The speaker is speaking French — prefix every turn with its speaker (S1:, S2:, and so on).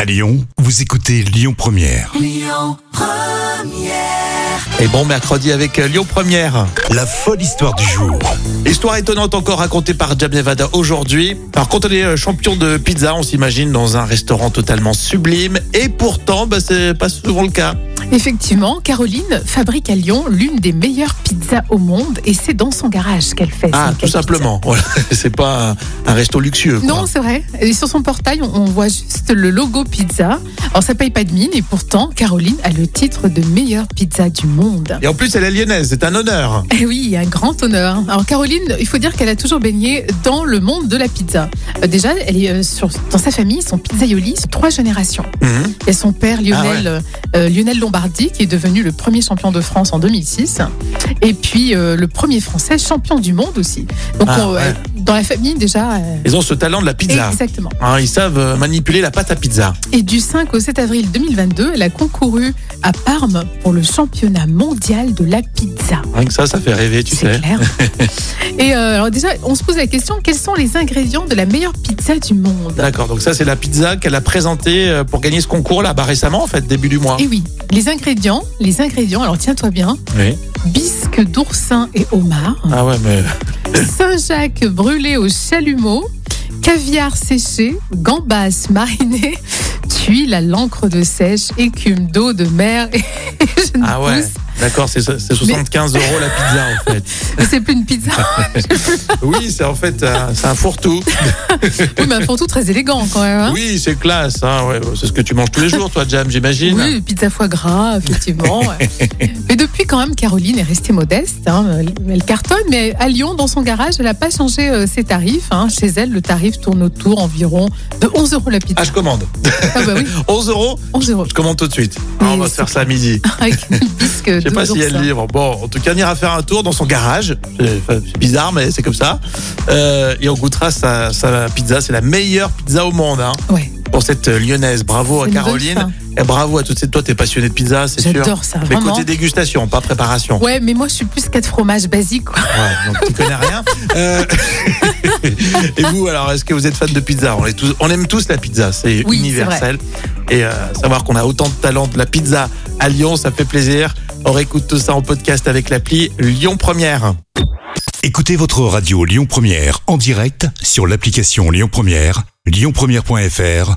S1: À Lyon, vous écoutez Lyon Première.
S2: Et bon mercredi avec euh, Lyon Première.
S1: La folle histoire du jour.
S2: Histoire étonnante encore racontée par Jam Nevada aujourd'hui. Alors quand on est euh, champion de pizza, on s'imagine dans un restaurant totalement sublime. Et pourtant, bah, c'est pas souvent le cas.
S3: Effectivement, Caroline fabrique à Lyon l'une des meilleures pizzas au monde et c'est dans son garage qu'elle fait.
S2: Ah,
S3: cette
S2: tout
S3: pizza.
S2: simplement. Voilà. C'est pas un, un resto luxueux. quoi.
S3: Non, c'est vrai. Et sur son portail, on, on voit juste le logo pizza. Alors ça paye pas de mine et pourtant, Caroline a le titre de meilleure pizza du monde.
S2: Et en plus, elle est lyonnaise. C'est un honneur.
S3: Eh oui, un grand honneur. Alors Caroline, il faut dire qu'elle a toujours baigné dans le monde de la pizza. Euh, déjà, elle est euh, sur, dans sa famille, son pizzaioli, c'est trois générations.
S2: Mhm.
S3: Et son père, Lionel,
S2: Ah
S3: euh, Lionel Lombardi, qui est devenu le premier champion de France en 2006. Et puis euh, le premier français champion du monde aussi. Donc
S2: Ah,
S3: on-
S2: ouais.
S3: euh, dans la famille déjà. euh,
S2: Ils ont ce talent de la pizza.
S3: Exactement.
S2: Hein, ils savent euh, manipuler la pâte à pizza.
S3: Et du 5 au 7 avril 2022, elle a concouru à Parme pour le championnat mondial de la pizza.
S2: Rien que ça, ça fait rêver, tu
S3: C'est
S2: sais.
S3: clair. Et euh, alors déjà, on se pose la question quels sont les ingrédients de la meilleure pizza du monde
S2: D'accord, donc ça c'est la pizza qu'elle a présentée euh, pour gagner ce concours là, bah récemment en fait, début du mois.
S3: Et oui, les ingrédients, les ingrédients. Alors tiens-toi bien
S2: Oui.
S3: bisque d'oursin et homard.
S2: Ah ouais, mais
S3: Saint-Jacques brûlé au chalumeau, caviar séché, gambas marinées, tuiles à l'encre de sèche, écume d'eau de mer. Et je ne
S2: Ah ouais,
S3: pousse.
S2: d'accord, c'est c'est 75 euros la pizza en fait.
S3: Mais c'est plus une pizza.
S2: Oui, c'est en fait euh, c'est un fourre-tout.
S3: oui, mais un fond tout très élégant quand même. hein.
S2: Oui, c'est classe. hein, ouais, c'est ce que tu manges tous les jours, toi, Jam, j'imagine.
S3: Oui, pizza foie gras, effectivement. ouais. mais depuis quand même, Caroline est restée modeste. hein, Elle cartonne, mais à Lyon, dans son garage, elle n'a pas changé euh, ses tarifs. hein. Chez elle, le tarif tourne autour environ de 11 euros la pizza.
S2: Ah, je commande.
S3: Ah bah oui,
S2: 11 euros,
S3: 11 euros.
S2: je commande tout de suite. Ah, on
S3: Mais
S2: va se faire ça à midi.
S3: Avec une bisque
S2: Je sais pas si elle livre. Bon, en tout cas, on ira faire un tour dans son garage. C'est enfin, c'est bizarre, mais c'est comme ça. Euh, et on goûtera sa, sa pizza. C'est la meilleure pizza au monde. hein,
S3: Ouais,
S2: pour cette euh, lyonnaise. Bravo
S3: C'est
S2: à
S3: une bonne
S2: Caroline.
S3: fin.
S2: Et bravo à toutes ces. Toi, t'es passionnée de pizza, c'est sûr.
S3: j'adore ça,
S2: Mais
S3: vraiment.
S2: côté dégustation, pas préparation.
S3: Ouais, mais moi je suis plus quatre fromages basiques. quoi.
S2: Ouais, donc tu connais rien. Euh, et vous, alors, est-ce que vous êtes fan de pizza on, est tous- on aime tous la pizza, c'est
S3: Oui,
S2: universel. Et euh, savoir qu'on a autant de talent de la pizza à Lyon, ça fait plaisir. On réécoute tout ça en podcast avec l'appli Lyon Première.
S1: Écoutez votre radio Lyon Première en direct sur l'application Lyon Première, lyonpremière.fr